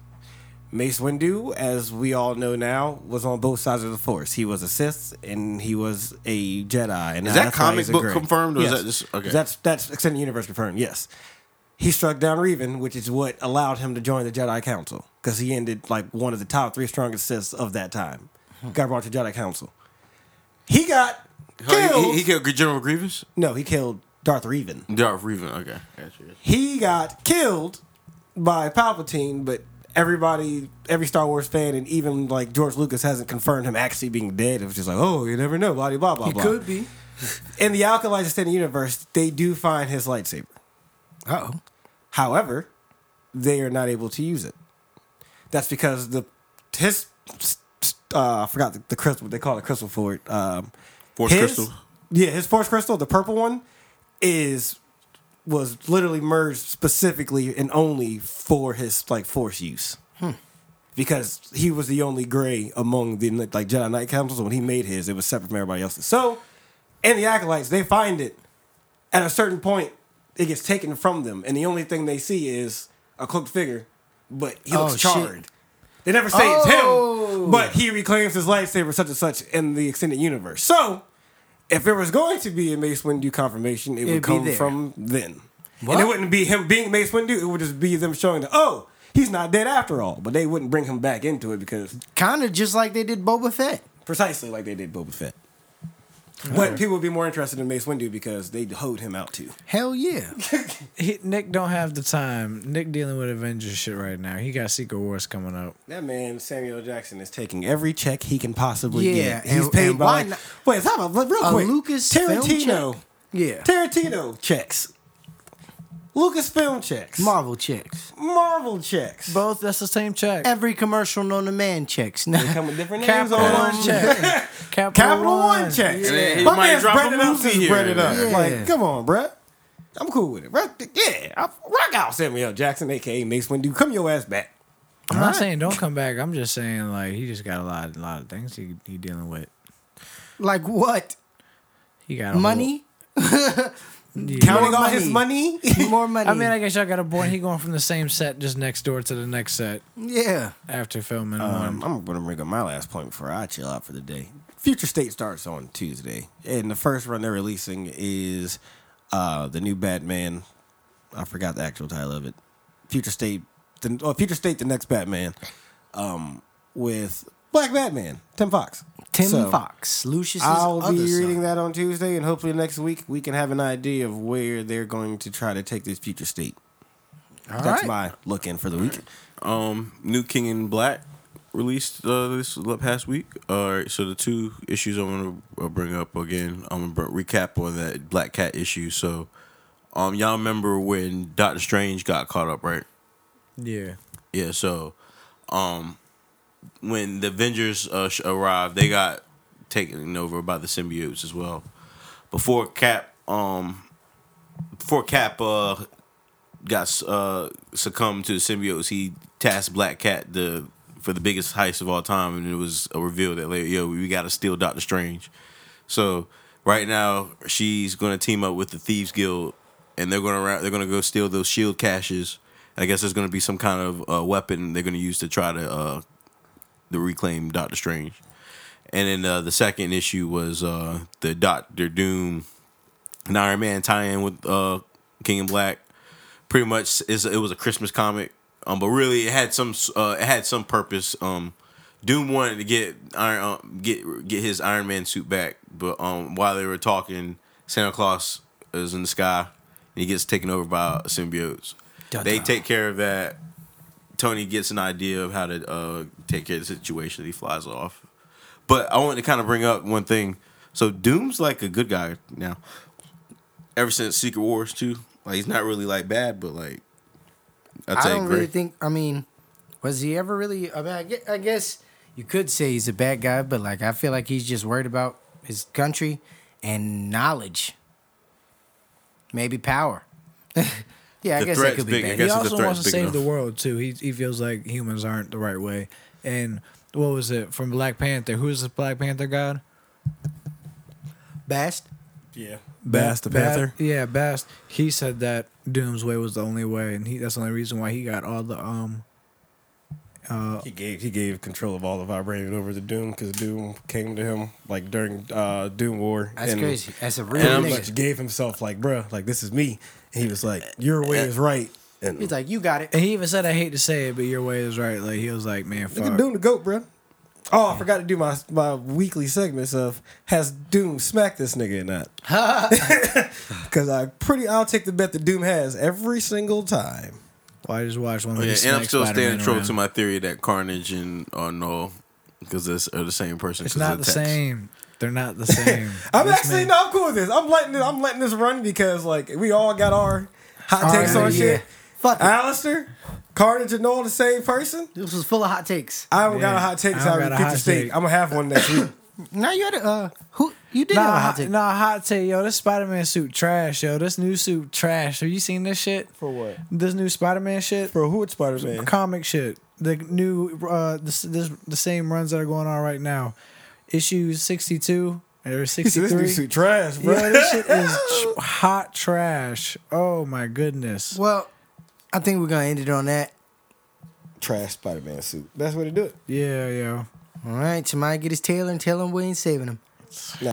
Mace Windu, as we all know now, was on both sides of the Force. He was a Sith and he was a Jedi. And Is now that that's why comic he's a book Grey. confirmed, or is Yes. that just- okay. That's that's extended universe confirmed. Yes, he struck down Revan, which is what allowed him to join the Jedi Council because he ended like one of the top three strongest Siths of that time. Hmm. Got brought to Jedi Council. He got Huh, killed. Oh, He, he killed General Grievous. No, he killed Darth Revan. Darth Revan. Okay, Gotcha, gotcha. He got killed by Palpatine, but everybody, every Star Wars fan, and even like George Lucas hasn't confirmed him actually being dead. It was just like, oh, you never know, blah de blah blah blah. be. In the Alkalites extended universe, they do find his lightsaber. Uh oh. However, they are not able to use it. That's because the his uh, I forgot the, the crystal. They call it crystal for it. Um, Force his- crystal. Yeah, his force crystal, the purple one, is was literally merged specifically and only for his like force use. Because he was the only gray among the like Jedi Knight Councils. When he made his, it was separate from everybody else's. So, in the acolytes, they find it at a certain point, it gets taken from them, and the only thing they see is a cloaked figure, but he Oh, looks shit. charred. They never say it's Oh. him, but he reclaims his lightsaber, such and such, in the extended universe. So, if there was going to be a Mace Windu confirmation, it It'd be would come there. from then. What? And it wouldn't be him being Mace Windu, it would just be them showing that, oh, he's not dead after all. But they wouldn't bring him back into it because Kind of just like they did Boba Fett. precisely like they did Boba Fett. Mm-hmm. But people would be more interested in Mace Windu because they hoed him out too. Hell yeah. He, Nick don't have the time. Nick dealing with Avengers shit right now. He got Secret Wars coming up. That man Samuel Jackson is taking every check he can possibly Yeah, get. He's and- paid and by. why not- wait, stop a look, real A quick. Lucas film Tarantino, check? Yeah. Tarantino checks. Lucasfilm checks. Marvel checks. Marvel checks. Both. That's the same check. Every commercial known to man checks. They come with different names Capital on One one check. check. Capital, Capital One checks. And then he My might man's drop a breaded up movie since here breaded and up. there. Like, Yeah. come on, bruh. I'm cool with it. Right? Yeah, I rock out Samuel Jackson, aka Mace Windu. Come your ass back. I'm not saying don't come back. I'm just saying like he just got a lot, a lot of things he he dealing with. Like what? He got a Money? whole- yeah. Counting all money. his money. More money. I mean, I guess y'all got a boy. He going from the same set just next door to the next set yeah. after filming Um, one. I'm going to bring up my last point before I chill out for the day. Future State starts on Tuesday, and the first run they're releasing is uh, the new Batman. I forgot the actual title of it. Future State, the oh, Future State, the next Batman, um, with Black Batman, Tim Fox. Tim So, Fox. Lucius. I'll other be reading son. that on Tuesday, and hopefully next week we can have an idea of where they're going to try to take this Future State. That's right. my look in for the week. Um, New King in Black released uh, this l- past week. All right, so the two issues I'm gonna uh, bring up again. I'm gonna br- recap on that Black Cat issue. So, um, y'all remember when Doctor Strange got caught up, right? Yeah. Yeah, so um when the Avengers uh, sh- arrived, they got taken over by the symbiotes as well. Before Cap um before Cap uh got uh succumbed to the symbiotes, he tasked Black Cat the for the biggest heist of all time and it was a reveal that like, yo, we got to steal Doctor Strange. So right now she's going to team up with the Thieves Guild, and they're going to they're going to go steal those shield caches. I guess there's going to be some kind of uh, weapon they're going to use to try to uh, to reclaim Doctor Strange. And then uh, the second issue was uh, the Doctor Doom and Iron Man tie-in with uh, King and Black. Pretty much, is it was a Christmas comic, um, but really it had some uh, it had some purpose. Um, Doom wanted to get Iron uh, get get his Iron Man suit back, but um, while they were talking, Santa Claus is in the sky and he gets taken over by symbiotes. Dun-dun. They take care of that. Tony gets an idea of how to uh, take care of the situation. He flies off. But I wanted to kind of bring up one thing. So Doom's like a good guy now. Ever since Secret Wars too, like he's not really like bad, but like I'd I say don't great. really think. I mean, was he ever really? I mean, I gue- I guess you could say he's a bad guy, but like I feel like he's just worried about his country and knowledge, maybe power. yeah, I The guess it threat's could be big. I bad. guess he if the also threat's wants to big save enough. the world too. He he feels like humans aren't the right way. And what was it from Black Panther? Who's the Black Panther god? Bast. Yeah. Bast- Bast- yeah, Bast. He said that Doom's way was the only way, and he that's the only reason why he got all the um. He gave he gave control of all the vibranium over to Doom because Doom came to him like during uh, Doom War. That's and crazy. That's a real Pretty I'm nigga. much gave himself like, bruh, like this is me. And he was like, your way is right. And he's like, you got it. And he even said, "I hate to say it, but your way is right." Like he was like, "Man, Look fuck." at Doom the goat, bruh. Oh, I forgot to do my my weekly segments of has Doom smacked this nigga or not? Because I pretty, I'll take the bet that Doom has every single time. Well, I just watched one. Oh, of yeah, these and I'm still Spider-Man staying true around. to my theory that Carnage and uh, Null, because they're the same person. It's 'cause not of the text. same. They're not the same. I'm This actually man- no, I'm cool with this. I'm letting it, I'm letting this run because like we all got our hot All takes right, on yeah. shit. Fuck it. Alistair, Carnage, and all the same person. This was full of hot takes. I don't got Yeah. a hot take. I So I don't got a already picked hot a steak. take. I'm gonna have one next week. Now you had a uh, who you did have Nah, a hot hot take. nah, hot take, yo. This Spider Man suit trash, yo. This new suit trash. Have you seen this shit? For what? This new Spider Man shit, Bro, who would Spider Man? comic shit. The new, uh, this, this the same runs that are going on right now. Issue sixty two or This sixty new three. suit trash, bro. Yo, this shit is tr- hot trash. Oh my goodness. Well, I think we're gonna end it on that. Trash Spider Man suit. That's way to do it. Yeah, yo. All right, Tamai get his tailor and tell him we ain't saving him.